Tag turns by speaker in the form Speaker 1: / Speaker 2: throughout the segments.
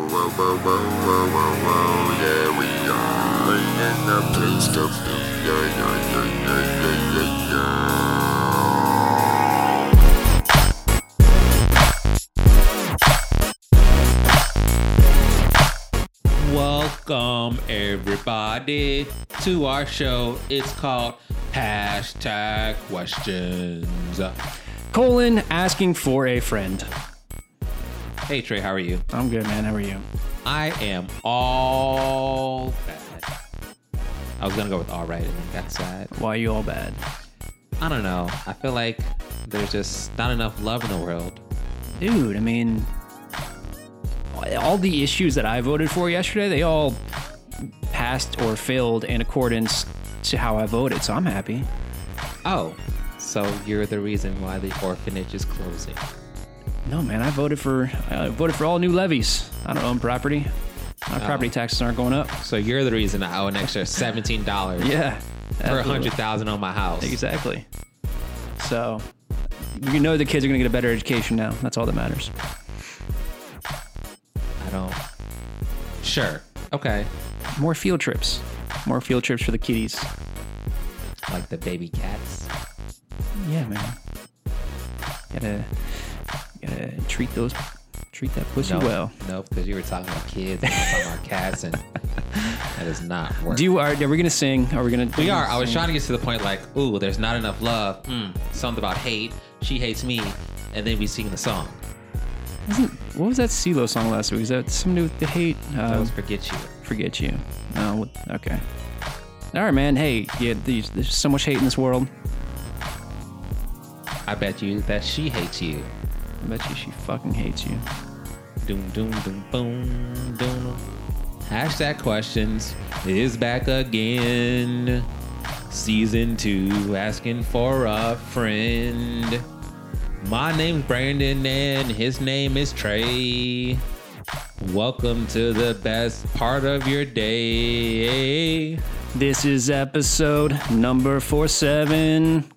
Speaker 1: whoa, whoa, whoa, whoa, whoa, yeah, we are in the place of yeah, yeah, yeah, yeah, yeah, yeah, yeah.
Speaker 2: Welcome everybody to our show. It's called Hashtag Questions.
Speaker 3: colon asking for a friend.
Speaker 2: Hey Trey, how are you?
Speaker 3: I'm good, man. How are you?
Speaker 2: I am all bad. I was gonna go with all right and then got sad.
Speaker 3: Why are you all bad?
Speaker 2: I don't know. I feel like there's just not enough love in the world.
Speaker 3: Dude, I mean, all the issues that I voted for yesterday, they all passed or failed in accordance to how I voted, so I'm happy.
Speaker 2: Oh, so you're the reason why the orphanage is closing.
Speaker 3: No, man, I voted for I voted for all new levies. I don't own property. My property taxes aren't going up.
Speaker 2: So you're the reason I owe an extra seventeen dollars
Speaker 3: Yeah.
Speaker 2: per
Speaker 3: absolutely.
Speaker 2: hundred thousand on my house.
Speaker 3: Exactly. So, you know the kids are going to get a better education now. That's all that matters.
Speaker 2: I don't. Sure. Okay.
Speaker 3: More field trips. More field trips for the kiddies.
Speaker 2: like the baby cats.
Speaker 3: Yeah, man. Gotta gotta treat those treat that pussy well.
Speaker 2: no, because you were talking about kids and I was talking about cats, and that does not work.
Speaker 3: Do you are are we gonna sing? Are we gonna?
Speaker 2: we are. I was trying to get to the point like, ooh, there's not enough love. Mm, something about hate. She hates me, and then we sing the song.
Speaker 3: Isn't, what was that CeeLo song last week? Is that something to do with the hate?
Speaker 2: I
Speaker 3: Uh,
Speaker 2: always forget you.
Speaker 3: forget you. Oh, wh- okay. All right, man. Hey, yeah. There's, there's so much hate in this world.
Speaker 2: I bet you that she hates you.
Speaker 3: I bet you she fucking hates you.
Speaker 2: Doom doom doom boom doom. Hashtag questions is back again. Season two, asking for a friend. My name's Brandon and his name is Trey. Welcome to the best part of your day.
Speaker 3: This is episode number four seven.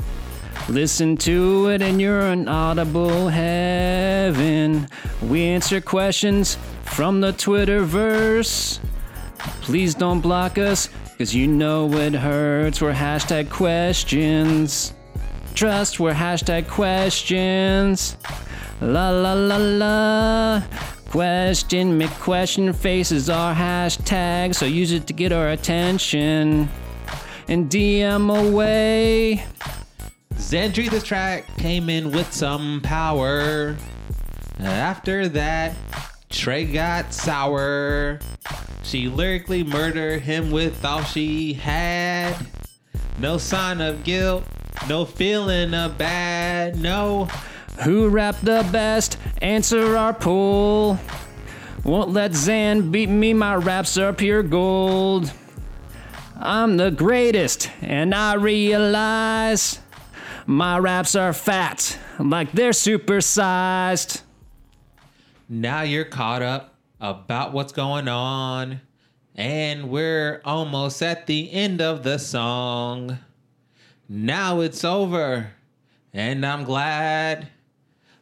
Speaker 3: Listen to it and you're in audible heaven. We answer questions from the Twitterverse. Please don't block us, cause you know it hurts. We're hashtag questions. Trust, we're hashtag questions. La la la la. Question, me question faces our hashtag, so use it to get our attention. And DM away.
Speaker 2: Zendry, this track came in with some power. After that, Trey got sour. She lyrically murdered him with all she had. No sign of guilt, no feeling of bad, no.
Speaker 3: Who rapped the best? Answer our poll. Won't let Zan beat me, my raps are pure gold. I'm the greatest, and I realize my raps are fat, like they're supersized.
Speaker 2: Now you're caught up about what's going on. And we're almost at the end of the song. Now it's over. And I'm glad.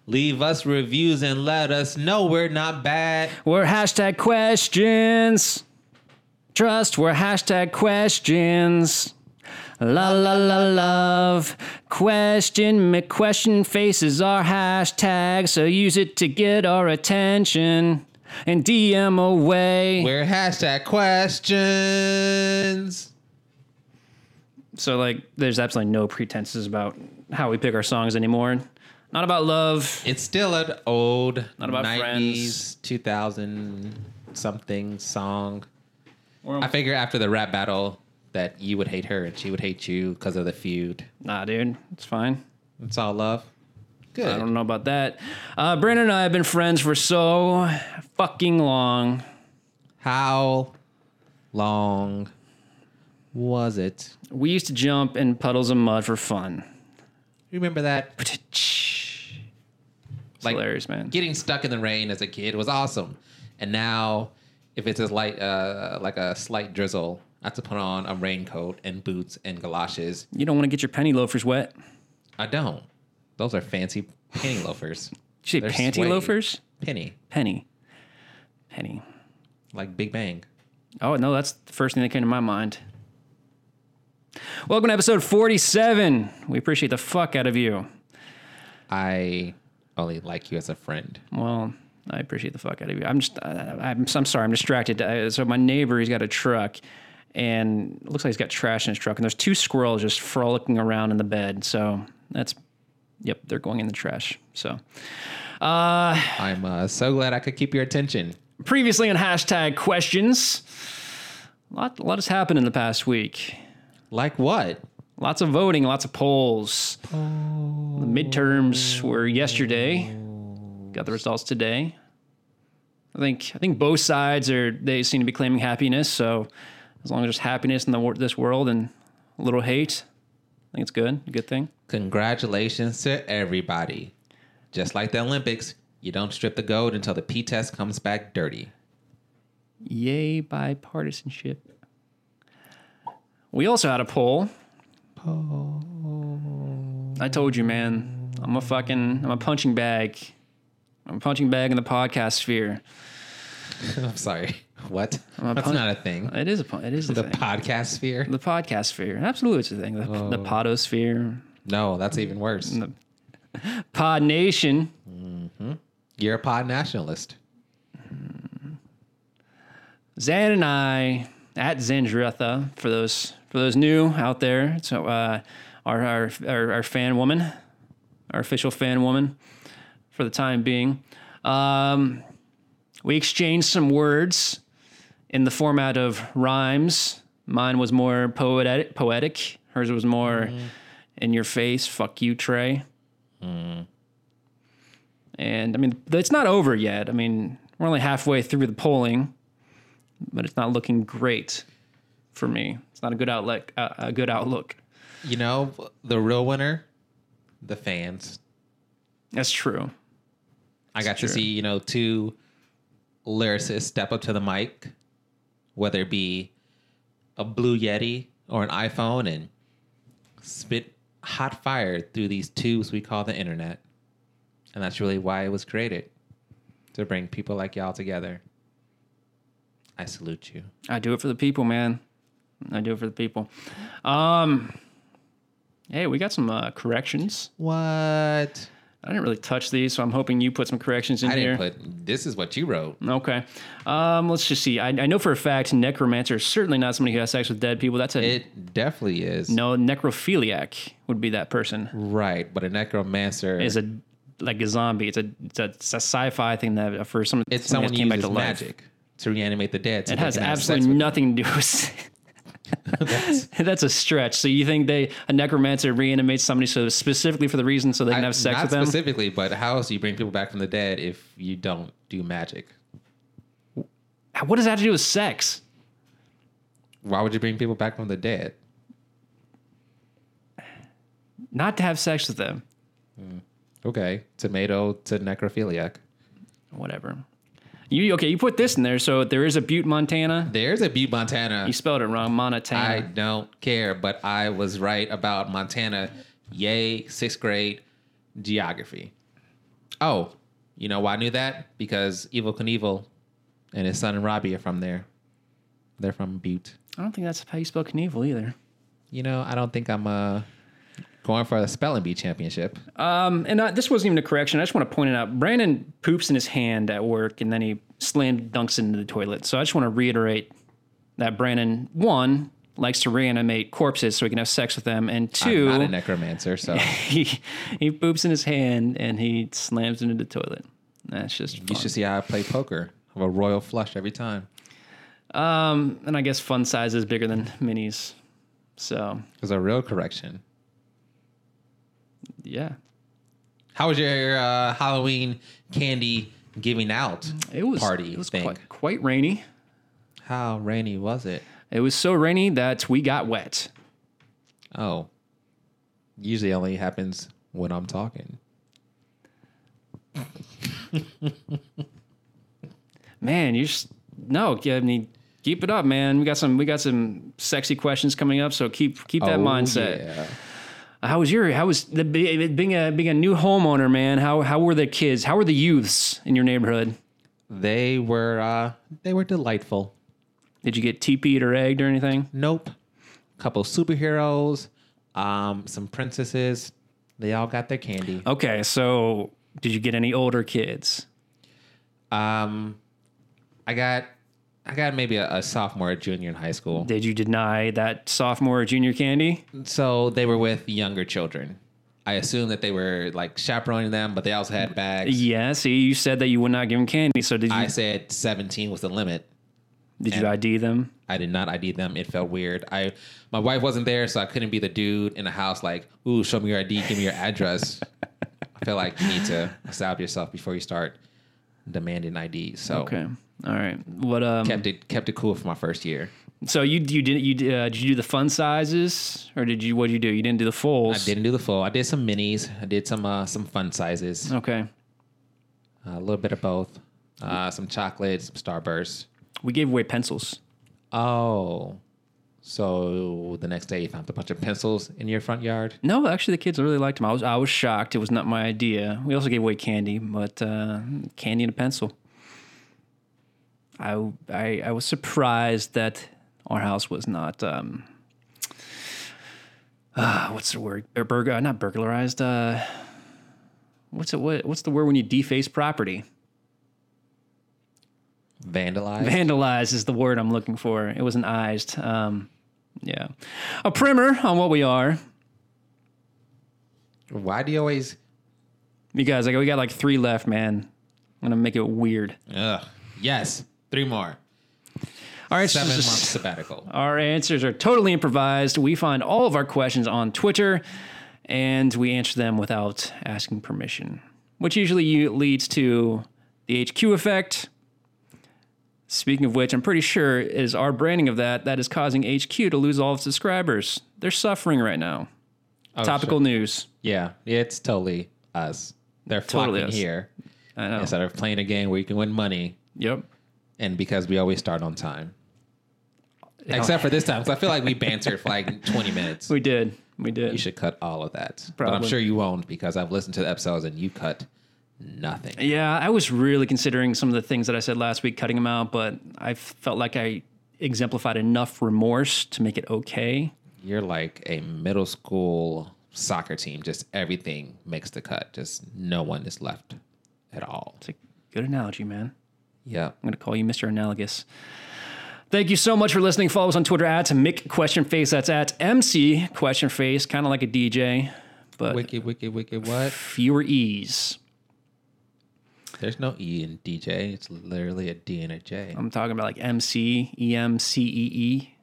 Speaker 2: Leave us reviews and let us know we're not bad.
Speaker 3: We're hashtag questions. Trust, we're hashtag questions. La la la love. Question, McQuestion faces our hashtag, so use it to get our attention and DM away.
Speaker 2: We're hashtag questions.
Speaker 3: so, like, there's absolutely no pretenses about how we pick our songs anymore. Not about love.
Speaker 2: It's still an old
Speaker 3: Not about
Speaker 2: 90s,
Speaker 3: friends.
Speaker 2: 2000 something song.
Speaker 3: Or-
Speaker 2: I figure after the rap battle that you would hate her and she would hate you because of the feud.
Speaker 3: Nah, dude, it's fine.
Speaker 2: It's all love. Good.
Speaker 3: I don't know about that. Uh, Brandon and I have been friends for so fucking long.
Speaker 2: How long was it?
Speaker 3: We used to jump in puddles of mud for fun.
Speaker 2: You remember that?
Speaker 3: It's
Speaker 2: Like,
Speaker 3: hilarious, man.
Speaker 2: Getting stuck in the rain as a kid was awesome, and now if it's a light, uh, like a slight drizzle, I have to put on a raincoat and boots and galoshes.
Speaker 3: you don't want to get your penny loafers wet.
Speaker 2: I don't. Those are fancy penny loafers.
Speaker 3: Did you say
Speaker 2: They're
Speaker 3: panty
Speaker 2: suede.
Speaker 3: loafers?
Speaker 2: Penny.
Speaker 3: Penny. Penny.
Speaker 2: like Big Bang.
Speaker 3: Oh, no, that's the first thing that came to my mind. Welcome to episode 47. We appreciate the fuck out of you.
Speaker 2: I only like you as a friend.
Speaker 3: Well, I appreciate the fuck out of you. I'm just, uh, I'm, I'm sorry, I'm distracted. Uh, so my neighbor, he's got a truck, and it looks like he's got trash in his truck, and there's two squirrels just frolicking around in the bed. So that's, yep, they're going in the trash. So
Speaker 2: I'm uh, so glad I could keep your attention.
Speaker 3: previously on hashtag questions, a lot, a lot has happened in the past week.
Speaker 2: Like what?
Speaker 3: Lots of voting, lots of polls. The midterms were yesterday. Got the results today. I think I think both sides are they seem to be claiming happiness. So as long as there's happiness in the wor- this world and a little hate, I think it's good. Good thing.
Speaker 2: Congratulations to everybody. Just like the Olympics, you don't strip the gold until the P test comes back dirty.
Speaker 3: Yay bipartisanship. We also had a poll. I told you, man. I'm a fucking I'm a punching bag. I'm a punching bag in the podcast sphere.
Speaker 2: I'm sorry. What?
Speaker 3: a
Speaker 2: That's
Speaker 3: pun-
Speaker 2: not a thing.
Speaker 3: It is a po- it is a
Speaker 2: The
Speaker 3: thing.
Speaker 2: podcast sphere?
Speaker 3: the podcast sphere. Absolutely, it's a thing. The, the podosphere,
Speaker 2: No, that's even worse.
Speaker 3: pod nation.
Speaker 2: You're a pod nationalist.
Speaker 3: Zan and I at Zandretha for those for those new out there. So uh, our, our our our fan woman, our official fan woman, for the time being, um, we exchanged some words in the format of rhymes. Mine was more poetic. Poetic. Hers was more in your face. Fuck you, Trey. And I mean, it's not over yet. I mean, we're only halfway through the polling but it's not looking great for me. It's not a good outlook. Uh, a good outlook.
Speaker 2: You know, the real winner, the fans.
Speaker 3: That's true.
Speaker 2: I got
Speaker 3: Sure.
Speaker 2: to see, you know, two lyricists step up to the mic, whether it be a Blue Yeti or an iPhone, and spit hot fire through these tubes we call the internet. And that's really why it was created to bring people like y'all together. I salute you.
Speaker 3: I do it for the people, man. I do it for the people. Um, hey, we got some uh, corrections.
Speaker 2: What? I
Speaker 3: I didn't really touch these, so I'm hoping you put some corrections in here. Mm.
Speaker 2: didn't put this is what you wrote.
Speaker 3: okay. Um, let's just see. I, I know for a fact necromancer is certainly not somebody who has sex with dead people. That's a
Speaker 2: It definitely is.
Speaker 3: no necrophiliac would be that person.
Speaker 2: Right, but a necromancer
Speaker 3: Is a like a zombie. It's a it's a, it's a sci-fi thing that for some
Speaker 2: It's
Speaker 3: somebody
Speaker 2: someone
Speaker 3: that
Speaker 2: who uses
Speaker 3: came back to life.
Speaker 2: magic to reanimate the dead. so
Speaker 3: It
Speaker 2: they
Speaker 3: has
Speaker 2: can have sex
Speaker 3: absolutely
Speaker 2: with-
Speaker 3: nothing to do with. That's a stretch. So you think they a necromancer reanimates somebody so specifically for the reason so they can have sex
Speaker 2: not
Speaker 3: with them?
Speaker 2: specifically, but how else do you bring people back from the dead if you don't do magic?
Speaker 3: What does that have to do with sex?
Speaker 2: Why would you bring people back from the dead?
Speaker 3: Not to have sex with them.
Speaker 2: Okay, tomato to necrophiliac.
Speaker 3: Whatever. You okay? You put this in there, so there is a Butte, Montana.
Speaker 2: There's a Butte, Montana.
Speaker 3: You spelled it wrong,
Speaker 2: I
Speaker 3: Montana.
Speaker 2: don't care, but I was right about Montana. Yay, sixth grade geography. Oh, you know why I knew that? Because Evil Knievel and his son and Robbie are from there. They're from Butte.
Speaker 3: I, don't think that's how you spell Knievel either.
Speaker 2: You know, I don't think I'm uh, going for a spelling bee championship.
Speaker 3: Um, and uh, this wasn't even a correction. I just want to point it out. Brandon poops in his hand at work, and then he slam dunks it into the toilet. So I just want to reiterate that Brandon one likes to reanimate corpses so he can have sex with them,
Speaker 2: I'm
Speaker 3: and two,
Speaker 2: not a necromancer, so you
Speaker 3: he he poops in his hand and he slams into the toilet. That's just fun.
Speaker 2: should see how I play poker. I have a royal flush every time
Speaker 3: um, and I guess fun size is bigger than minis. So
Speaker 2: It's a real correction.
Speaker 3: yeah,
Speaker 2: How was your uh, Halloween candy giving out
Speaker 3: it was
Speaker 2: party
Speaker 3: It was
Speaker 2: thing?
Speaker 3: quite, quite rainy.
Speaker 2: How rainy was it?
Speaker 3: It was so rainy that we got wet.
Speaker 2: Oh, usually only happens when I'm talking.
Speaker 3: man, you just no. I mean, keep it up, man. We got some. We got some sexy questions coming up. So keep keep that
Speaker 2: Oh,
Speaker 3: mindset.
Speaker 2: yeah.
Speaker 3: How was your? How was the being a being a new homeowner, man? How how were the kids? How were the youths in your neighborhood?
Speaker 2: They were uh, they were delightful.
Speaker 3: Did you get teepeed or egged or anything?
Speaker 2: Nope. Couple superheroes, um, some princesses. They all got their candy.
Speaker 3: Okay, so did you get any older kids? Oh.
Speaker 2: Um, I got I got maybe a, a sophomore, a junior in high school.
Speaker 3: Did you deny that sophomore or junior candy?
Speaker 2: So they were with younger children. I assume that they were like chaperoning them, but they also had bags.
Speaker 3: Yeah, see, you said that you would not give them candy. So did you
Speaker 2: I said 17 was the limit.
Speaker 3: did you ID them?
Speaker 2: I did not ID them. It felt weird. I my wife wasn't there, so I couldn't be the dude in the house like, "Ooh, show me your ID, give me your address." I feel like you need to stop yourself before you start demanding ID. So
Speaker 3: Okay. All right. What um
Speaker 2: kept it kept it cool for my first year.
Speaker 3: so you you didn't you uh, did you do the fun sizes or did you what did you do? You didn't do the
Speaker 2: I
Speaker 3: fulls.
Speaker 2: didn't do the full. I did some minis. I did some uh, some fun sizes.
Speaker 3: Okay.
Speaker 2: A little bit of both. Uh, some chocolates, some Starburst.
Speaker 3: We gave away pencils.
Speaker 2: Oh. So the next day you found a bunch of pencils in your front yard.
Speaker 3: No, actually, the kids really liked them. I was I was shocked. It was not my idea. We also gave away candy, but uh, candy and a pencil. I, I I was surprised that our house was not um, ah, what's the word? Bur- burg- uh, not burglarized. Uh, what's it? What, what's the word when you deface property?
Speaker 2: Vandalized.
Speaker 3: Vandalized is the word I'm looking for. It wasn't ized. Um, yeah, a primer on what we are.
Speaker 2: Why do you always
Speaker 3: You guys, like we got like three left, man. I'm gonna make it weird.
Speaker 2: Ugh. Yes. Three more.
Speaker 3: All right,
Speaker 2: Seven
Speaker 3: s-
Speaker 2: month
Speaker 3: s-
Speaker 2: sabbatical.
Speaker 3: Our answers are totally improvised. We find all of our questions on Twitter and we answer them without asking permission, which usually you- leads to the HQ effect. Speaking of which, I'm pretty sure is our branding of that that is causing HQ to lose all of its subscribers. They're suffering right now.
Speaker 2: Oh,
Speaker 3: Topical
Speaker 2: sure.
Speaker 3: news.
Speaker 2: Yeah. It's totally us. They're flocking
Speaker 3: Totally us.
Speaker 2: here.
Speaker 3: I know.
Speaker 2: Instead of playing a game where you can win money.
Speaker 3: Yep.
Speaker 2: And because we always start on time. Except for this time, because I feel like we bantered for like 20 minutes.
Speaker 3: We did. We did.
Speaker 2: You should cut all of that. But
Speaker 3: Probably.
Speaker 2: I'm sure you won't because I've listened to the episodes and you cut nothing.
Speaker 3: Yeah, I was really considering some of the things that I said last week, cutting them out, but I felt like I exemplified enough remorse to make it okay.
Speaker 2: You're like a middle school soccer team. Just everything makes the cut. Just no one is left at all.
Speaker 3: It's a good analogy, man.
Speaker 2: Yeah.
Speaker 3: I'm going to call you Mr. Analogous. Thank you so much for listening. Follow us on Twitter at Mick Question Face. That's at MC Question Face, kind of like a DJ, but
Speaker 2: Wicked, wicked, wicked. What?
Speaker 3: fewer E's.
Speaker 2: There's no E in DJ. It's literally a D and a J.
Speaker 3: I'm talking about like E MC, EM, CEE.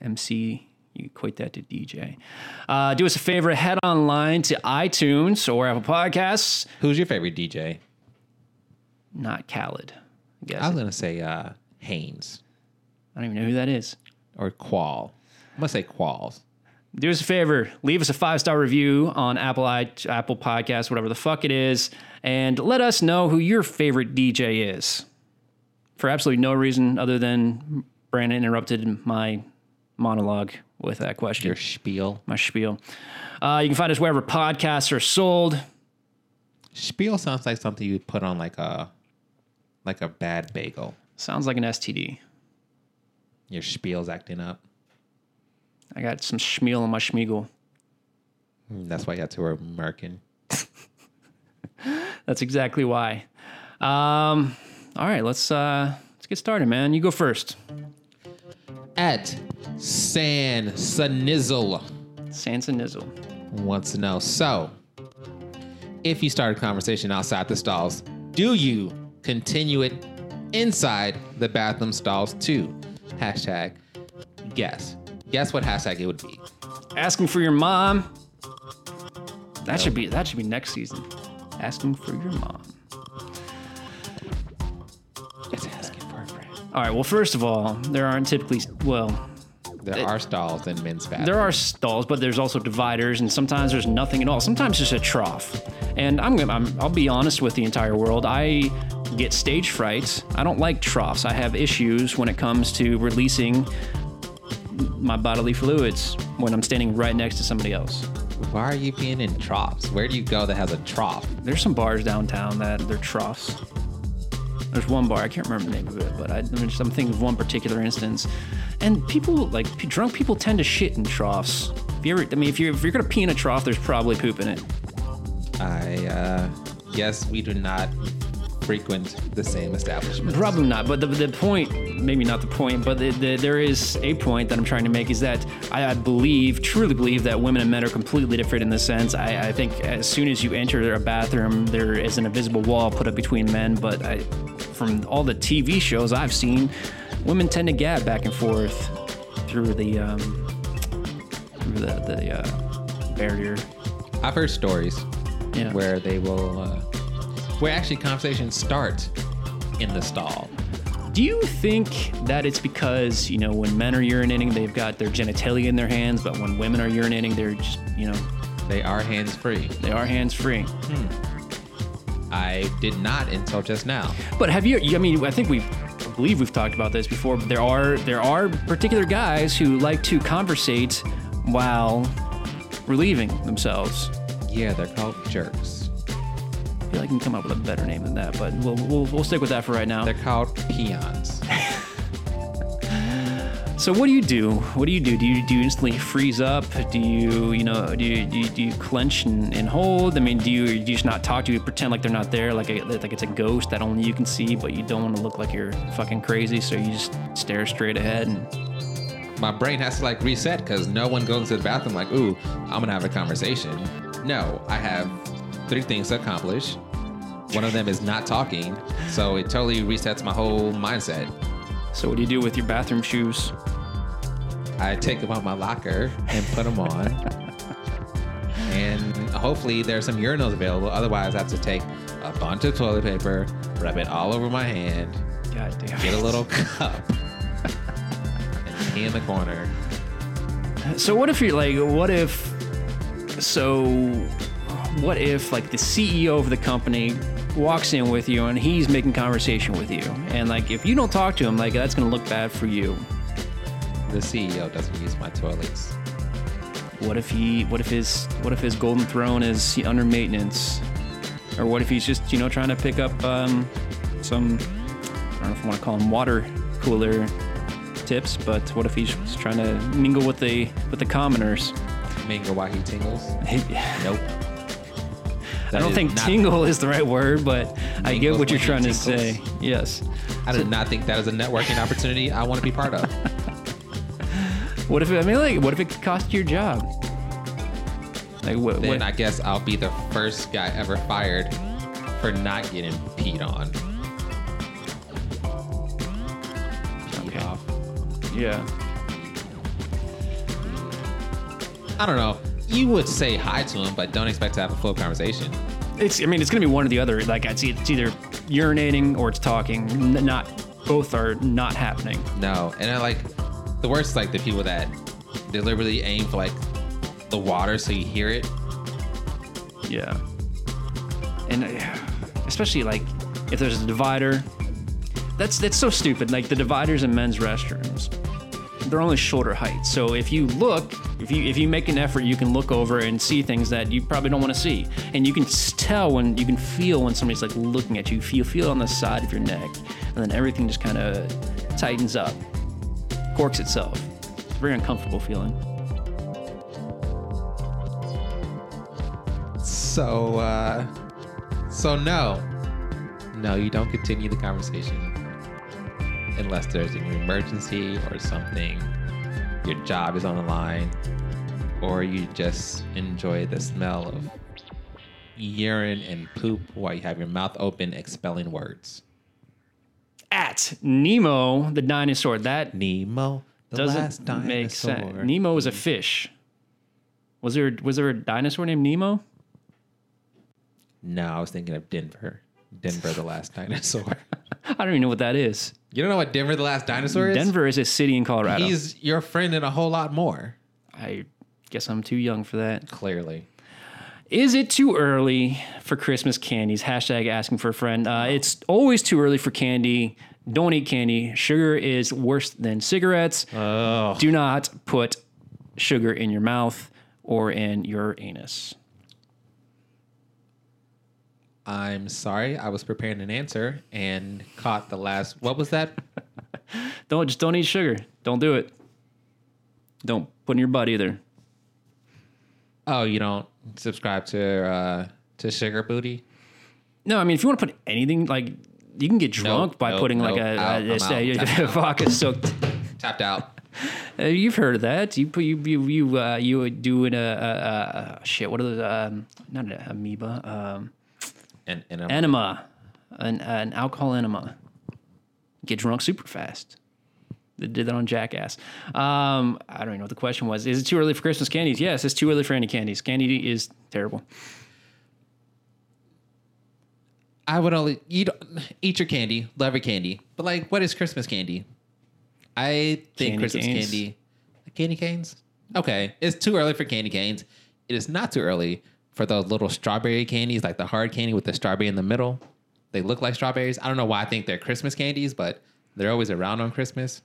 Speaker 3: MC, you equate that to DJ. Uh, do us a favor, head online to iTunes or Apple Podcasts.
Speaker 2: Who's your favorite DJ?
Speaker 3: Not Khaled. I guess.
Speaker 2: I
Speaker 3: I
Speaker 2: was
Speaker 3: don't
Speaker 2: gonna say uh Haynes
Speaker 3: even know who that is.
Speaker 2: or Qual. I'm gonna say Qualls.
Speaker 3: do us a favor leave us a five star review on apple i apple podcast whatever the fuck it is and let us know who your favorite dj is for absolutely no reason other than brandon interrupted my monologue with that question
Speaker 2: Your spiel.
Speaker 3: my spiel uh, you can find us wherever podcasts are sold
Speaker 2: Spiel sounds like something you would put on like a like a bad bagel.
Speaker 3: sounds like an std
Speaker 2: Your spiel's acting up.
Speaker 3: i got some schmeal on my schmiegel
Speaker 2: Mm, That's why you have to wear Merkin.
Speaker 3: that's exactly why um, all right let's uh, let's get started man you go first
Speaker 2: At San Sanizzle
Speaker 3: sansa nizzle
Speaker 2: wants to know. So, if you start a conversation outside the stalls, do you continue it inside the bathroom stalls too? Hashtag guess. Guess what hashtag it would be?
Speaker 3: asking for your mom. That should be that should be next season. Asking for your mom.
Speaker 2: It's asking for a friend.
Speaker 3: All right. Well, first of all, there aren't typically well,
Speaker 2: There are stalls in men's bathrooms.
Speaker 3: there are stalls, but there's also dividers, and sometimes there's nothing at all. Sometimes just a trough. And I'm gonna I'm, I'll be honest with the entire world. I get stage fright. I don't like troughs. I have issues when it comes to releasing my bodily fluids when I'm standing right next to somebody else.
Speaker 2: Why are you being in troughs? Where do you go that has a trough?
Speaker 3: There's some bars downtown that they're troughs. There's one bar I can't remember the name of it, but I, I'm, just, I'm thinking of one particular instance. And people like p- drunk people tend to shit in troughs. If you ever, I mean, if you're if you're gonna pee in a trough, there's probably poop in it.
Speaker 2: I uh, guess we do not frequent the same establishment.
Speaker 3: Probably not, but the, the point, maybe not the point, but the, the, there is a point that I'm trying to make is that I, I believe, truly believe, that women and men are completely different in this sense. I, I think as soon as you enter a bathroom, there is an invisible wall put up between men, but I, from all the TV shows I've seen, women tend to gab back and forth through the, um, through the, the uh, barrier.
Speaker 2: I've heard stories
Speaker 3: Yeah.
Speaker 2: where they will, uh, where actually conversations start in the stall.
Speaker 3: Do you think that it's because, you know, when men are urinating, they've got their genitalia in their hands, but when women are urinating, they're just, you know,
Speaker 2: They are hands free.
Speaker 3: they are hands free?
Speaker 2: I did not until just now.
Speaker 3: But have you, I mean, I think we've, I believe we've talked about this before, but there are, there are particular guys who like to conversate while relieving themselves.
Speaker 2: Yeah, they're called jerks.
Speaker 3: I feel like I can come up with a better name than that, but we'll, we'll, we'll stick with that for right now.
Speaker 2: They're called peons.
Speaker 3: So what do you do? What do you do? Do you do you instantly freeze up? Do you you know do you, do you, do you clench and, and hold? I mean, do you, do you just not talk? Do you pretend like they're not there, like a, like it's a ghost that only you can see, but you don't want to look like you're fucking crazy, so you just stare straight ahead and
Speaker 2: My brain has to like reset because no one goes to the bathroom like, ooh, I'm gonna have a conversation. No, I have three things to accomplish. One of them is not talking, so it totally resets my whole mindset.
Speaker 3: so what do you do with your bathroom shoes?
Speaker 2: I take them out my locker and put them on. and hopefully there's some urinals available. Otherwise, I have to take a bunch of toilet paper, rub it all over my hand,
Speaker 3: God damn.
Speaker 2: get a little cup, and pee in the corner.
Speaker 3: So what if you're like, what if, so, what if like the CEO of the company walks in with you and he's making conversation with you, and like if you don't talk to him, like that's gonna look bad for you.
Speaker 2: The CEO doesn't use my toilets.
Speaker 3: What if he, what if his, what if his golden throne is under maintenance, or what if he's just you know trying to pick up um, some, I don't know if I want to call him water cooler tips, but what if he's just trying to mingle with the with the commoners?
Speaker 2: Mingle while he tingles. Nope.
Speaker 3: I don't think tingle is the right word, but I get
Speaker 2: Mingles
Speaker 3: what you're
Speaker 2: when he
Speaker 3: trying to
Speaker 2: tinkles.
Speaker 3: say. Yes.
Speaker 2: I did not think that is a networking opportunity I want to be part of.
Speaker 3: What if it, I mean like what if it could cost you your job? Like what?
Speaker 2: then
Speaker 3: what
Speaker 2: I guess I'll be the first guy ever fired for not getting peed on. Peed
Speaker 3: Okay.
Speaker 2: off.
Speaker 3: yeah.
Speaker 2: I don't know. You would say hi to him, but don't expect to have a full conversation.
Speaker 3: It's I mean it's gonna be one or the other. Like it's, it's either urinating or it's talking. N- not both are not happening.
Speaker 2: No, and I like the worst, like the people that deliberately aim for like the water so you hear it.
Speaker 3: Yeah. And uh, especially like if there's a divider, that's that's so stupid. Like the dividers in men's restrooms, they're only shoulder height. So if you look, if you if you make an effort, you can look over and see things that you probably don't want to see, and you can s- tell when you can feel when somebody's like looking at you. You feel feel it on the side of your neck, and then everything just kind of tightens up, corks itself. It's a very uncomfortable feeling.
Speaker 2: So, uh, so no, no, you don't continue the conversation unless there's an emergency or something. Your job is on the line, or you just enjoy the smell of urine and poop while you have your mouth open expelling words.
Speaker 3: At Nemo the dinosaur, that
Speaker 2: Nemo, the last
Speaker 3: doesn't
Speaker 2: dinosaur.
Speaker 3: make sense. Nemo is a fish. Was there was there a dinosaur named Nemo?
Speaker 2: no, I was thinking of Denver. Denver, the last dinosaur.
Speaker 3: I don't even know what that is.
Speaker 2: you don't know what Denver, the last dinosaur is?
Speaker 3: Denver is a city in Colorado.
Speaker 2: He's your friend and a whole lot more.
Speaker 3: I guess I'm too young for that.
Speaker 2: Clearly.
Speaker 3: Is it too early for Christmas candies? Hashtag asking for a friend. Uh, it's always too early for candy. Don't eat candy. Sugar is worse than cigarettes. Do not put sugar in your mouth. or in your anus?
Speaker 2: I'm sorry, I was preparing an answer and caught the last. What was that?
Speaker 3: Don't just don't eat sugar. Don't do it. Don't put in your butt either.
Speaker 2: Oh, you don't subscribe to uh, to Sugar Booty?
Speaker 3: No, I mean if you want to put anything like you can get drunk by
Speaker 2: nope,
Speaker 3: putting like
Speaker 2: nope,
Speaker 3: a,
Speaker 2: out,
Speaker 3: a,
Speaker 2: I'm
Speaker 3: a-
Speaker 2: out.
Speaker 3: a vodka soaked.
Speaker 2: Tapped out.
Speaker 3: Uh, you've heard of that? You put you you you uh, you would do in a, a, a- a shit. What are those? Um, not an amoeba. Um,
Speaker 2: And, and I'm,
Speaker 3: enema, an an alcohol enema. Get drunk super fast. They did that on Jackass. Um, I don't even know what the question was. Is it too early for Christmas candies? Yes, it's too early for any candies. Candy is terrible.
Speaker 2: I would only eat eat your candy, love your candy. But like, what is Christmas candy? I think
Speaker 3: Candy
Speaker 2: Christmas
Speaker 3: canes.
Speaker 2: candy, candy canes. Okay, it's too early for candy canes. It is not too early for those little strawberry candies, like the hard candy with the strawberry in the middle. They look like strawberries. I don't know why I think they're Christmas candies, but they're always around on Christmas.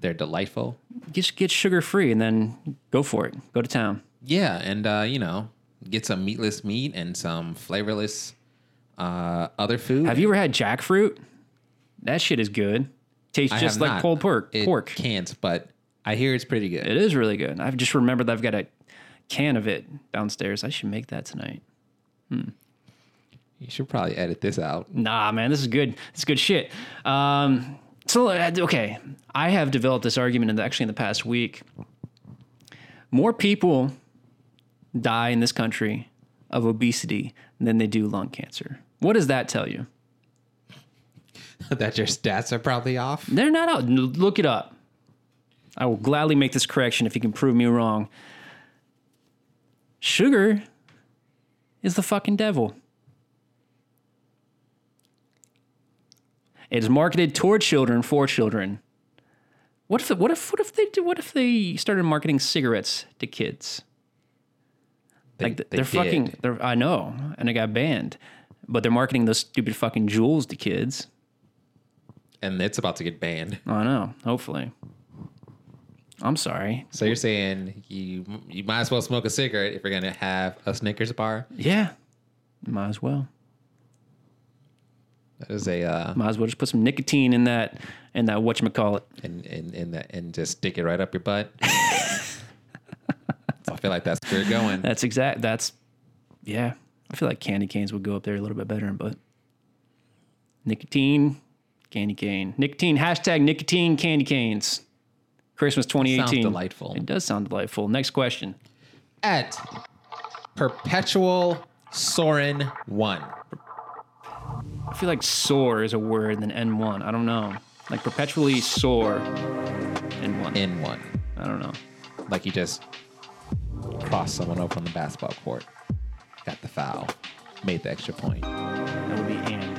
Speaker 2: They're delightful.
Speaker 3: Just get sugar free and then go for it. Go to town.
Speaker 2: Yeah, and uh, you know, get some meatless meat and some flavorless uh, other food.
Speaker 3: Have you ever had jackfruit? That shit is good. Tastes
Speaker 2: I
Speaker 3: just
Speaker 2: have
Speaker 3: like
Speaker 2: not.
Speaker 3: pulled pork.
Speaker 2: It
Speaker 3: pork.
Speaker 2: can't, but I hear it's pretty good.
Speaker 3: It is really good. I've just remembered that I've got a can of it downstairs. I should make that tonight.
Speaker 2: You should probably edit this out.
Speaker 3: Nah, man, this is good. It's good shit. Um, so uh, okay, I have developed this argument in the, actually in the past week. More people die in this country of obesity than they do lung cancer. What does that tell you?
Speaker 2: that your stats are probably off.
Speaker 3: They're not out. N- Look it up. I will gladly make this correction if you can prove me wrong. Sugar is the fucking devil. It is marketed toward children for children. What if what if what if they do, what if they started marketing cigarettes to kids? like th-
Speaker 2: they
Speaker 3: they're
Speaker 2: did.
Speaker 3: fucking they're I know and it got banned. But they're marketing those stupid fucking jewels to kids.
Speaker 2: And it's about to get banned.
Speaker 3: I know. Hopefully. I'm sorry.
Speaker 2: So you're saying you you might as well smoke a cigarette if you're gonna have a Snickers bar.
Speaker 3: Yeah. Might as well.
Speaker 2: That is a uh,
Speaker 3: Might as well just put some nicotine in that in that whatchamacallit.
Speaker 2: and and and, that and just stick it right up your butt. So I feel like that's where you're going.
Speaker 3: That's exact that's yeah. I feel like candy canes would go up there a little bit better, but nicotine, candy cane. Nicotine, hashtag nicotine candy canes. Christmas twenty eighteen.
Speaker 2: delightful.
Speaker 3: It does sound delightful. Next question.
Speaker 2: At perpetual Soren one.
Speaker 3: I feel like sore is a word than N one. I don't know. Like perpetually sore N one.
Speaker 2: in one.
Speaker 3: I don't know.
Speaker 2: Like you just crossed someone over on the basketball court, got the foul, made the extra point.
Speaker 3: That would be and.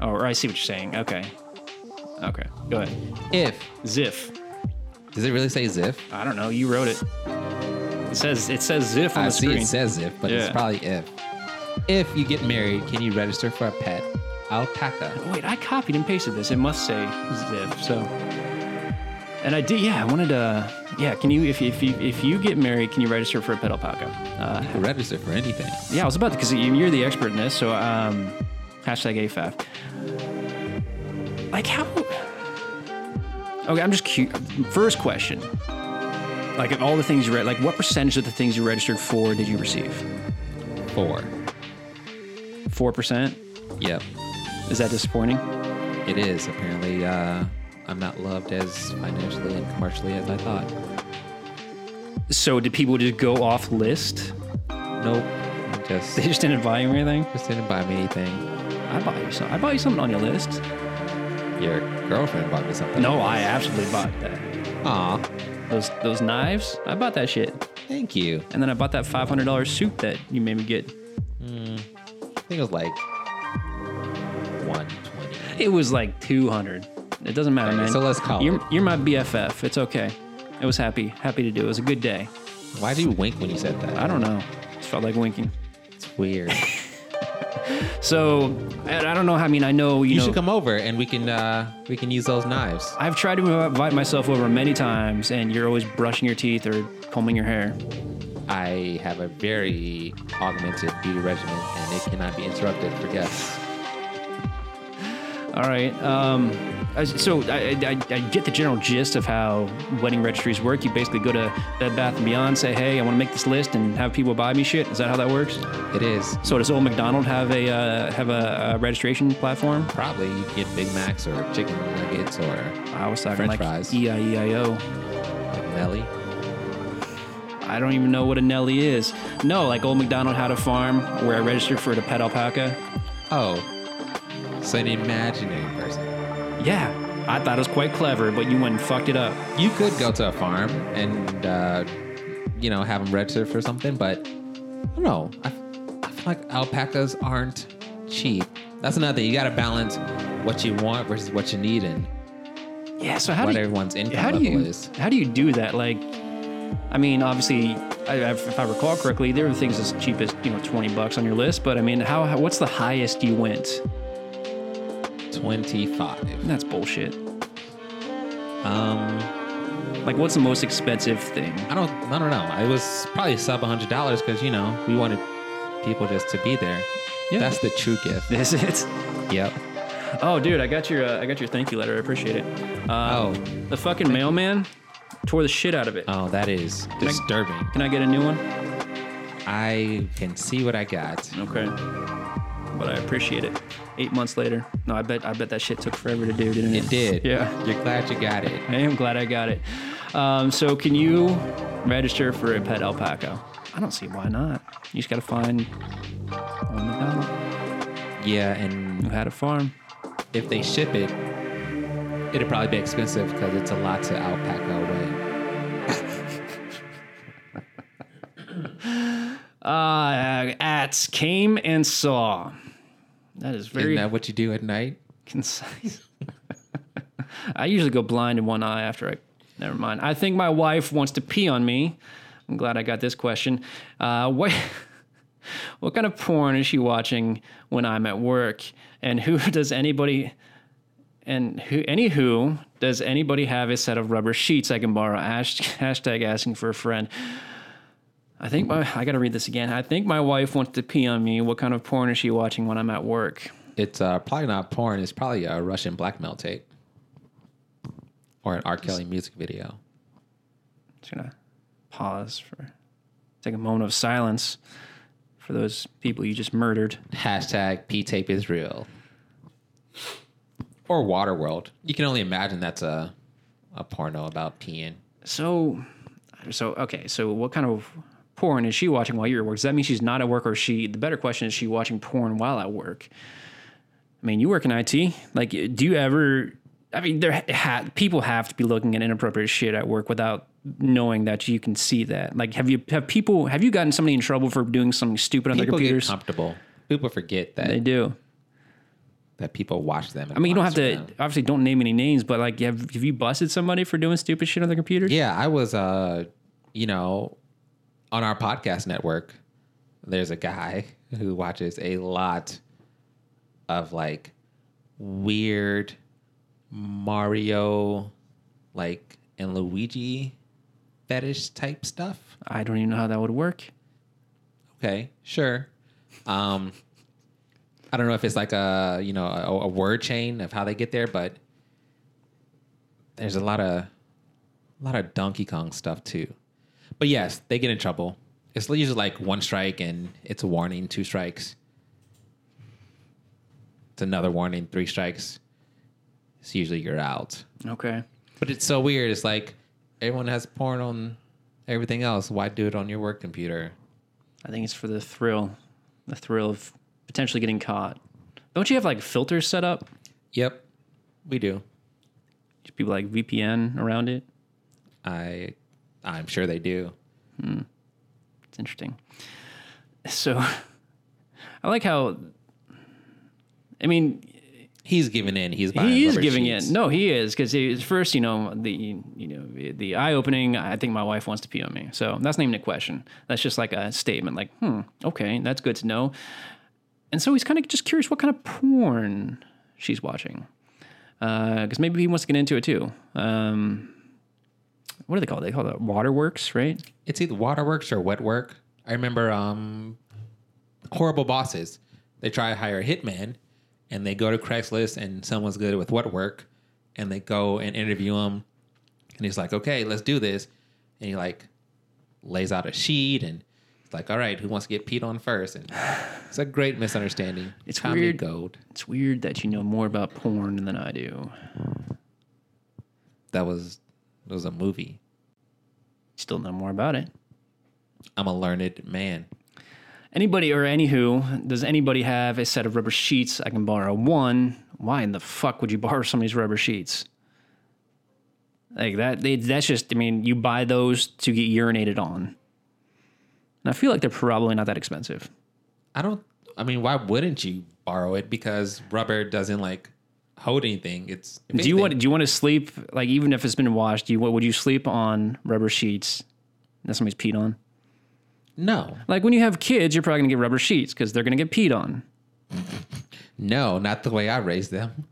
Speaker 3: Oh, or I see what you're saying. Okay. Okay. Go ahead.
Speaker 2: If
Speaker 3: Ziff.
Speaker 2: does it really say Ziff?
Speaker 3: I don't know. You wrote it. It says it says Ziff on
Speaker 2: I
Speaker 3: the
Speaker 2: see
Speaker 3: screen.
Speaker 2: it says if, but
Speaker 3: Yeah.
Speaker 2: it's probably if. If you get married, can you register for a pet? Alpaca.
Speaker 3: Wait, I copied and pasted this. It must say Ziff. So. And I did. Yeah, I wanted to. Yeah, can you if if you if you get married, can you register for a pet alpaca? Uh,
Speaker 2: You can register for anything.
Speaker 3: yeah, I was about to because you're the expert in this. So um, hashtag AFAF. Like how? Okay, I'm just cute. First question. Like of all the things you read, like what percentage of the things you registered for did you receive?
Speaker 2: Four.
Speaker 3: Four percent.
Speaker 2: Yep.
Speaker 3: Is that disappointing?
Speaker 2: It is. Apparently, uh, I'm not loved as financially and commercially as I thought.
Speaker 3: So did people just go off list?
Speaker 2: Nope. Just
Speaker 3: They just didn't buy you anything.
Speaker 2: just didn't buy me anything.
Speaker 3: I bought you some. I bought you something on your list.
Speaker 2: Your girlfriend bought me something.
Speaker 3: No, I absolutely bought that.
Speaker 2: Aw.
Speaker 3: Those those knives. I bought that shit.
Speaker 2: Thank you.
Speaker 3: And then I bought that five hundred dollar suit that you made me get.
Speaker 2: I think it was like 120.
Speaker 3: It was like 200. It doesn't matter,
Speaker 2: Okay,
Speaker 3: man.
Speaker 2: so let's call
Speaker 3: you're,
Speaker 2: it.
Speaker 3: You're my BFF. It's okay. I was happy. Happy to do. It was a good day.
Speaker 2: Why do you wink when you said that?
Speaker 3: I don't know. Just felt like winking.
Speaker 2: It's weird. you
Speaker 3: So I, I don't know. I mean, I know you, know.
Speaker 2: should come over and we can uh, we can use those knives.
Speaker 3: I've tried to invite myself over many times, and you're always brushing your teeth or combing your hair.
Speaker 2: I have a very augmented beauty regimen, and it cannot be interrupted for guests.
Speaker 3: All right. Um, I- so I, I, I get the general gist of how wedding registries work. You basically go to Bed Bath and Beyond, say, "Hey, I want to make this list," and have people buy me shit. Is that how that works?
Speaker 2: It is
Speaker 3: So does Old McDonald have a uh, have a, uh registration platform?
Speaker 2: probably you can get Big Macs or chicken nuggets or
Speaker 3: I E was talking
Speaker 2: French
Speaker 3: like
Speaker 2: fries.
Speaker 3: EIEIO.
Speaker 2: Melly.
Speaker 3: I don't even know what a Nelly is. No, like Old McDonald had a farm where I registered for the pet alpaca.
Speaker 2: Oh, so an imaginary person.
Speaker 3: Yeah, I thought it was quite clever, but you went and fucked it up.
Speaker 2: You could go to a farm and, uh, you know, have them register for something, but I don't know. I, I feel like alpacas aren't cheap. That's another thing. You got to balance what you want versus what you need and
Speaker 3: Yeah. So how
Speaker 2: what
Speaker 3: do you,
Speaker 2: everyone's income
Speaker 3: how do
Speaker 2: level
Speaker 3: you
Speaker 2: is.
Speaker 3: how do you do that? Like, I mean, obviously, I, I- if I recall correctly, there were things as cheap as you know twenty bucks on your list. But I mean, how, how what's the highest you went?
Speaker 2: 25.
Speaker 3: That's bullshit.
Speaker 2: Um,
Speaker 3: Like, what's the most expensive thing?
Speaker 2: I don't, I don't know. It was probably sub $100 because, you know, we wanted people just to be there.
Speaker 3: Yeah.
Speaker 2: That's the true gift.
Speaker 3: This is.
Speaker 2: Yep.
Speaker 3: Oh, dude, I got your uh, I got your thank you letter. I appreciate it. Uh,
Speaker 2: Oh.
Speaker 3: the fucking mailman tore the shit out of it.
Speaker 2: Oh, that is disturbing.
Speaker 3: Can I get a new one?
Speaker 2: I can see what I got.
Speaker 3: Okay. But I appreciate it. Eight months later. No, I bet I bet that shit took forever to do, didn't it?
Speaker 2: It did.
Speaker 3: Yeah.
Speaker 2: You're glad you got it.
Speaker 3: I am glad I got it. Um, so can you register for a pet alpaca? I don't see why not. You just gotta find one McDonald
Speaker 2: Yeah,
Speaker 3: who
Speaker 2: and
Speaker 3: had a farm.
Speaker 2: if they ship it, it'll probably be expensive because it's a lot to alpaca away.
Speaker 3: Uh, Ats came and saw. That is
Speaker 2: Isn't
Speaker 3: very
Speaker 2: that what you do at night?
Speaker 3: concise. I usually go blind in one eye after I. Never mind. I think my wife wants to pee on me. I'm glad I got this question. Uh, what what kind of porn is she watching when I'm at work? And who does anybody and who anywho does anybody have a set of rubber sheets I can borrow? Hash- Hashtag asking for a friend. I think my I gotta read this again. I think my wife wants to pee on me. What kind of porn is she watching when I'm at work?
Speaker 2: It's uh, probably not porn. It's probably a Russian blackmail tape or an R. Kelly music video.
Speaker 3: just gonna pause for take a moment of silence for those people you just murdered.
Speaker 2: Hashtag P tape is real. Or Waterworld. You can only imagine that's a, a porno about peeing.
Speaker 3: So, so okay. So, what kind of porn is she watching while you're at work? Does that mean she's not at work, or she? The better question is, she watching porn while at work? I mean, you work in IT. Like, do you ever? I mean, there ha- people have to be looking at inappropriate shit at work without knowing that you can see that. Like, have you have people have you gotten somebody in trouble for doing something stupid on their
Speaker 2: People get
Speaker 3: computers?
Speaker 2: comfortable. People forget that,
Speaker 3: They do.
Speaker 2: that people watch them.
Speaker 3: I mean, you don't have to obviously don't name any names, but like, have, have you busted somebody for doing stupid shit on their computer?
Speaker 2: Yeah, I was, uh, you know, on our podcast network. There's a guy who watches a lot of like weird Mario, like and Luigi fetish type stuff.
Speaker 3: I don't even know how that would work.
Speaker 2: Okay, sure. Um, I don't know if it's like a you know a, a word chain of how they get there, but there's a lot of a lot of Donkey Kong stuff too. But yes, they get in trouble. It's usually like one strike and it's a warning, two strikes. It's another warning, three strikes. It's usually you're out.
Speaker 3: Okay.
Speaker 2: But it's so weird. It's like everyone has porn on everything else. Why do it on your work computer?
Speaker 3: I think it's for the thrill, the thrill of potentially getting caught. Don't you have like filters set up?
Speaker 2: Yep, we do.
Speaker 3: Just people like VPN around it.
Speaker 2: I I'm sure they do.
Speaker 3: It's interesting. So I like how, I mean,
Speaker 2: He's giving in. He's buying
Speaker 3: he is
Speaker 2: rubber
Speaker 3: giving
Speaker 2: sheets.
Speaker 3: in. No, he is because first, you know, the you know the eye opening. I think my wife wants to pee on me, so that's not even a question. That's just like a statement. Like, hmm, okay, that's good to know. And so he's kind of just curious what kind of porn Uh, she's watching, because maybe he wants to get into it too. Um, what do they call it? They call it waterworks, right?
Speaker 2: It's either waterworks or wet work. I remember um, horrible bosses. They try to hire a hitman, and they go to Craigslist, and someone's good with wet work, and they go and interview him, and he's like, "Okay, let's do this," and he like lays out a sheet, and it's like, "All right, who wants to get peed on first? And it's a great misunderstanding.
Speaker 3: It's
Speaker 2: Comedy
Speaker 3: weird.
Speaker 2: gold.
Speaker 3: It's weird that you know more about porn than I do.
Speaker 2: That was that was a movie.
Speaker 3: Still know more about it.
Speaker 2: I'm a learned man.
Speaker 3: Anybody or anywho, does anybody have a set of rubber sheets I can borrow? One, why in the fuck would you borrow somebody's rubber sheets? Like that, they, that's just, I mean, you buy those to get urinated on. And I feel like they're probably not that expensive.
Speaker 2: I don't. I mean, why wouldn't you borrow it? Because rubber doesn't like hold anything. It's. if
Speaker 3: Do you
Speaker 2: anything-
Speaker 3: want? Do you want to sleep? Like even if it's been washed, do you what would you sleep on rubber sheets that somebody's peed on?
Speaker 2: No,
Speaker 3: Like when you have kids, you're probably gonna get rubber sheets because they're gonna get peed on.
Speaker 2: no, not the way I raised them.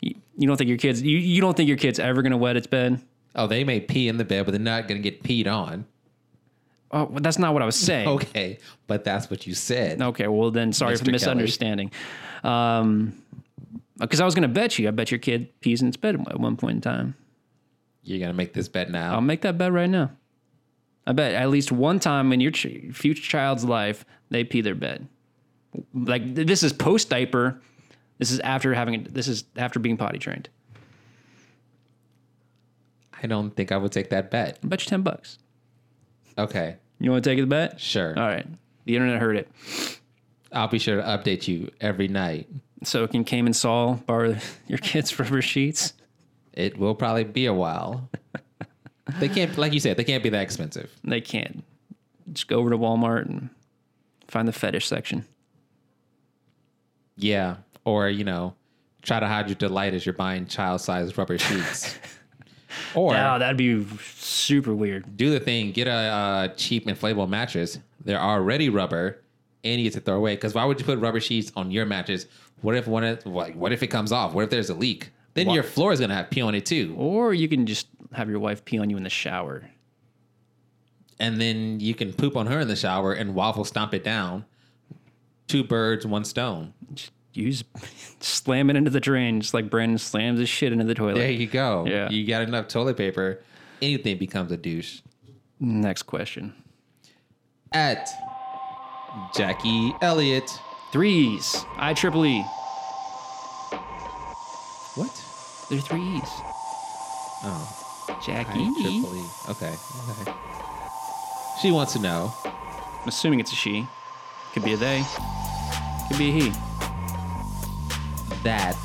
Speaker 3: You, you don't think your kids? You, you don't think your kids ever gonna wet its bed?
Speaker 2: Oh, they may pee in the bed, but they're not gonna get peed on.
Speaker 3: Oh, well, that's not what I was saying.
Speaker 2: Okay, but that's what you said.
Speaker 3: Okay, well then, sorry for
Speaker 2: Mr.
Speaker 3: the misunderstanding. Um, because I was gonna bet you, I bet your kid pees in its bed at one point in time.
Speaker 2: You're gonna make this bet now.
Speaker 3: I'll make that bet right now. I bet at least one time in your ch- future child's life they pee their bed. Like th- this is post diaper. This is after having it. This is after being potty trained.
Speaker 2: I don't think I would take that bet.
Speaker 3: I bet you ten bucks.
Speaker 2: Okay,
Speaker 3: You want to take the bet?
Speaker 2: sure.
Speaker 3: All right. The internet heard it,
Speaker 2: I'll be sure to update you every night.
Speaker 3: so can Cayman and Saul borrow your kids' rubber sheets?
Speaker 2: It will probably be a while. they can't, like you said, they can't be that expensive.
Speaker 3: They can't. Just go over to Walmart and find the fetish section.
Speaker 2: Yeah. Or, you know, try to hide your delight as you're buying child sized rubber sheets. or
Speaker 3: Wow, that'd be super weird.
Speaker 2: do the thing, get a uh, cheap inflatable mattress. They're already rubber and you get to throw away. Because why would you put rubber sheets on your mattress? What if one of, like, what if it comes off? What if there's a leak? Then your floor is going to have pee on it too.
Speaker 3: Or you can just have your wife pee on you in the shower.
Speaker 2: And then you can poop on her in the shower and waffle stomp it down. Two birds, one stone.
Speaker 3: use slam it into the drain just like brandon slams his shit into the toilet
Speaker 2: There you go.
Speaker 3: Yeah.
Speaker 2: You got enough toilet paper. Anything becomes a douche.
Speaker 3: next question
Speaker 2: At Jackie Elliott.
Speaker 3: threes i triple e
Speaker 2: What?
Speaker 3: they're threes
Speaker 2: Oh, I
Speaker 3: jackie
Speaker 2: triple E. Okay. okay. She wants to know
Speaker 3: i'm assuming it's a she could be a they could be a he
Speaker 2: that.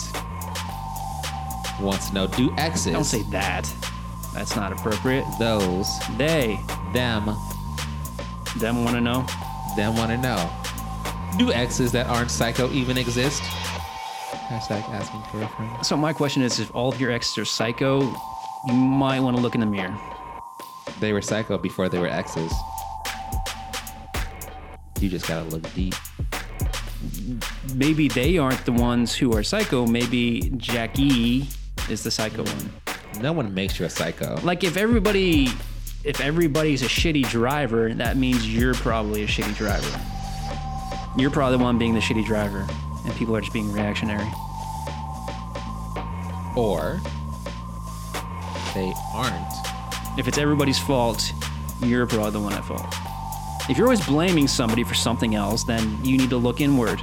Speaker 2: Wants to know do exes
Speaker 3: don't say that that's not appropriate
Speaker 2: those
Speaker 3: they
Speaker 2: them
Speaker 3: them want to know
Speaker 2: them want to know do exes that aren't psycho even exist? Hashtag asking for a friend.
Speaker 3: so my question is if all of your exes are psycho you might want to look in the mirror
Speaker 2: They were psycho before they were exes. You just gotta look deep.
Speaker 3: maybe they aren't the ones who are psycho maybe jackie is the psycho one
Speaker 2: No one makes you a psycho.
Speaker 3: like if everybody if everybody's a shitty driver that means you're probably a shitty driver you're probably the one being the shitty driver and people are just being reactionary
Speaker 2: or they aren't.
Speaker 3: if it's everybody's fault you're probably the one at fault if you're always blaming somebody for something else then you need to look inward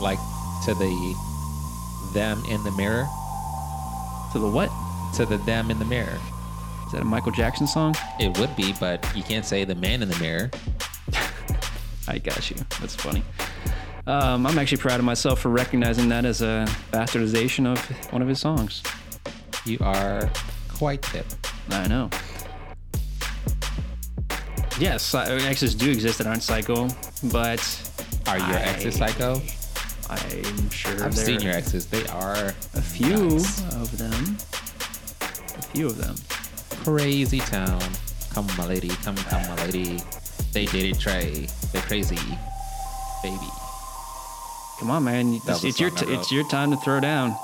Speaker 2: Like to the them in the mirror,
Speaker 3: to the what
Speaker 2: to the them in the mirror.
Speaker 3: is that a michael jackson song
Speaker 2: It would be, but you can't say the man in the mirror.
Speaker 3: i got you that's funny um, i'm actually proud of myself for recognizing that as a bastardization of one of his songs
Speaker 2: You are quite hip.
Speaker 3: I know. Yes, psy- exes do exist that aren't psycho, but
Speaker 2: Are your exes
Speaker 3: I-
Speaker 2: psycho?
Speaker 3: I'm sure
Speaker 2: I've
Speaker 3: there
Speaker 2: seen your
Speaker 3: are
Speaker 2: exes. They are
Speaker 3: a few
Speaker 2: nuts.
Speaker 3: of them. A few of them.
Speaker 2: crazy town. Come my lady, come come my lady. They dated Trey. They're crazy, baby.
Speaker 3: Come on, man.
Speaker 2: That was a
Speaker 3: It's, it's your
Speaker 2: song I
Speaker 3: t-
Speaker 2: wrote.
Speaker 3: it's your time to throw down.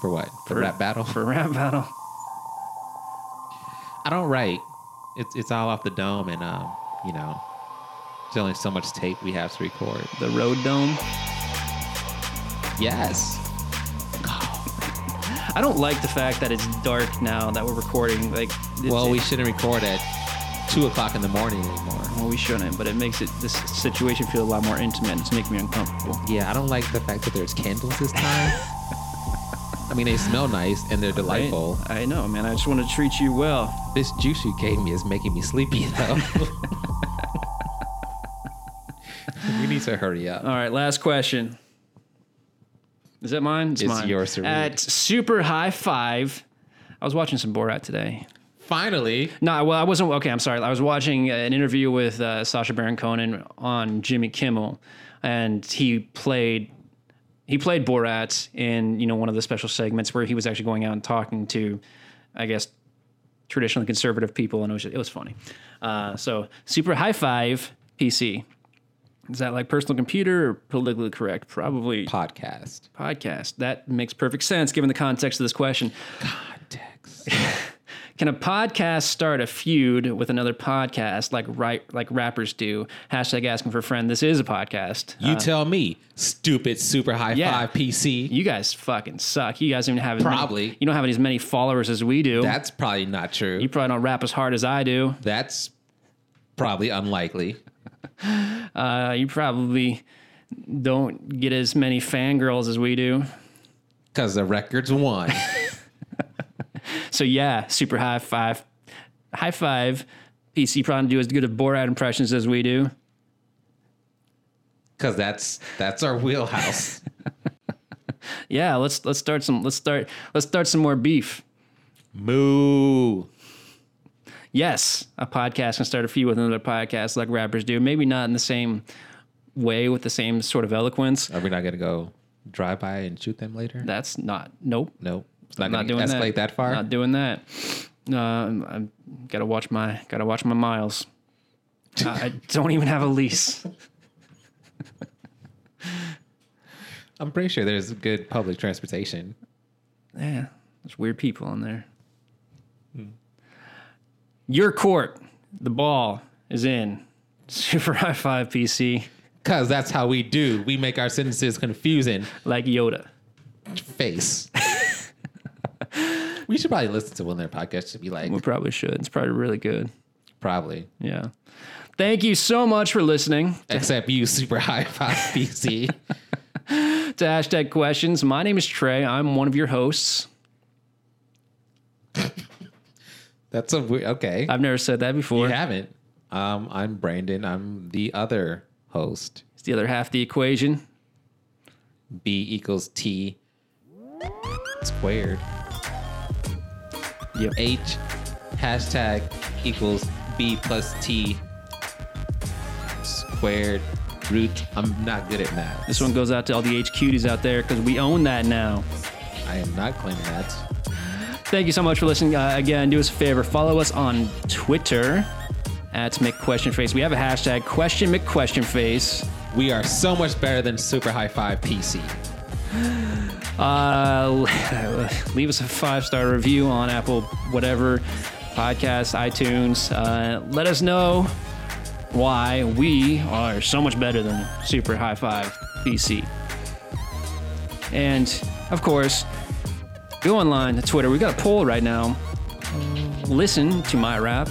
Speaker 2: For what? For, rap battle?
Speaker 3: for rap battle.
Speaker 2: I don't write. It's it's all off the dome, and um, you know, there's only so much tape we have to record.
Speaker 3: The Road Dome.
Speaker 2: Yes.
Speaker 3: I don't like the fact that it's dark now that we're recording. Like, it-
Speaker 2: Well, we
Speaker 3: it-
Speaker 2: shouldn't record at two o'clock in the morning anymore.
Speaker 3: well, we shouldn't, but it makes it this situation feel a lot more intimate. It's making me uncomfortable.
Speaker 2: Yeah, I don't like the fact that there's candles this time. I mean, they smell nice and they're
Speaker 3: Right?
Speaker 2: delightful.
Speaker 3: I know, man. I just want to treat you well.
Speaker 2: This juice you gave me is making me sleepy though. we need to hurry up.
Speaker 3: All right, last question. Is that mine?
Speaker 2: It's
Speaker 3: mine.
Speaker 2: yours to read.
Speaker 3: At super high five, I was watching some Borat today.
Speaker 2: Finally,
Speaker 3: No, well, I wasn't. Okay, I'm sorry. I was watching an interview with uh, Sasha Baron Cohen on Jimmy Kimmel, and he played he played Borat in you know one of the special segments where he was actually going out and talking to, I guess, traditionally conservative people, and it was it was funny. Uh, so super high five PC. Is that like personal computer or politically correct? Probably
Speaker 2: podcast.
Speaker 3: podcast. That makes perfect sense given the context of this question.
Speaker 2: Text.
Speaker 3: Can a podcast start a feud with another podcast like right like rappers do? Hashtag asking for a friend. This is a podcast.
Speaker 2: You tell me, stupid super high
Speaker 3: Uh, yeah.
Speaker 2: five PC.
Speaker 3: You guys fucking suck. You guys don't even have as many-
Speaker 2: Probably.
Speaker 3: you don't have as many followers as we do.
Speaker 2: That's probably not true.
Speaker 3: you probably don't rap as hard as I do.
Speaker 2: That's probably unlikely.
Speaker 3: Uh, you probably don't get as many fangirls as we do.
Speaker 2: Because the record's one.
Speaker 3: So yeah, super high five, high five. PC probably do as good of Borat impressions as we do.
Speaker 2: Because that's that's our wheelhouse.
Speaker 3: Yeah, let's let's start some let's start let's start some more beef.
Speaker 2: Moo.
Speaker 3: yes, a podcast can start a feud with another podcast like rappers do. Maybe not in the same way with the same sort of eloquence.
Speaker 2: Are we not gonna go drive by and shoot them later?
Speaker 3: That's not, nope.
Speaker 2: Nope. It's not,
Speaker 3: I'm not
Speaker 2: gonna
Speaker 3: doing
Speaker 2: escalate that, far.
Speaker 3: Not doing that. No, I'm, I'm gotta watch my gotta watch my miles. I, I don't even have a lease.
Speaker 2: I'm pretty sure there's good public transportation.
Speaker 3: Yeah, there's weird people in there.
Speaker 2: Hmm.
Speaker 3: Your court, the ball is in. Super high five, PC,
Speaker 2: Cause that's how we do. We make our sentences confusing.
Speaker 3: like Yoda.
Speaker 2: Face. we should probably listen to one of their podcasts to be like,
Speaker 3: We probably should. It's probably really good.
Speaker 2: probably.
Speaker 3: Yeah. Thank you so much for listening
Speaker 2: Except you, super high five PC.
Speaker 3: to Hashtag Questions. My name is Trey. I'm one of your hosts.
Speaker 2: That's a weird. Okay,
Speaker 3: I've never said that
Speaker 2: you
Speaker 3: before.
Speaker 2: haven't. Um, I'm Brandon. I'm the other host.
Speaker 3: It's the other half of the equation.
Speaker 2: B equals T squared.
Speaker 3: Yep.
Speaker 2: H hashtag equals B plus T squared root. I'm not good at math.
Speaker 3: This one goes out to all the H cuties out there because we own that now.
Speaker 2: I am not claiming that.
Speaker 3: Thank you so much for listening. Uh, again, do us a favor follow us on Twitter at McQuestionface. We have a hashtag question McQuestionface.
Speaker 2: We are so much better than Super High Five PC.
Speaker 3: Uh, leave us a five star review on Apple, whatever podcasts, iTunes. Uh, let us know why we are so much better than Super High Five BC. And of course, go online to Twitter. We got a poll right now. Listen to my rap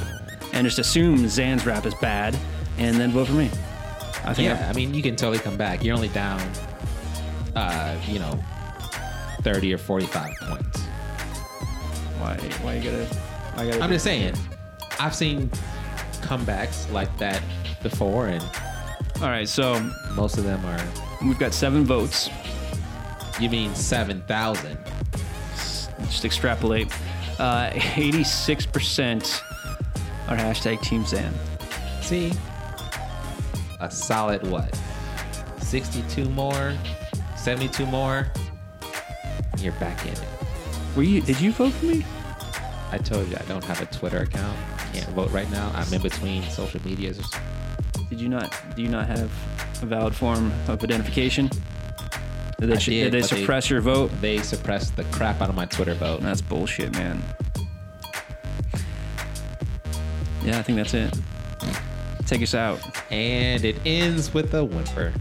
Speaker 3: and just assume Zan's rap is bad, and then vote for me. I think
Speaker 2: Yeah, I mean, you can totally come back. You're only down, uh, you know, 30 or 45 points.
Speaker 3: why why you gotta I gotta
Speaker 2: I'm just saying, I've seen comebacks like that before, and
Speaker 3: all right. So
Speaker 2: most of them are,
Speaker 3: we've got seven votes.
Speaker 2: you mean 7,000.
Speaker 3: just extrapolate. Uh, 86% are hashtag Team Zan.
Speaker 2: See? A solid what? 62 more? 72 more? You're back in it.
Speaker 3: Were you? Did you vote for me?
Speaker 2: I told you I don't have a Twitter account. Can't vote right now. I'm in between social medias.
Speaker 3: Did you not? Do you not have a valid form of identification? Did they,
Speaker 2: I did,
Speaker 3: did they
Speaker 2: but they-
Speaker 3: suppress your vote?
Speaker 2: They suppressed the crap out of my Twitter vote.
Speaker 3: That's bullshit, man. Yeah, I think that's it. Take us out.
Speaker 2: And it ends with a whimper.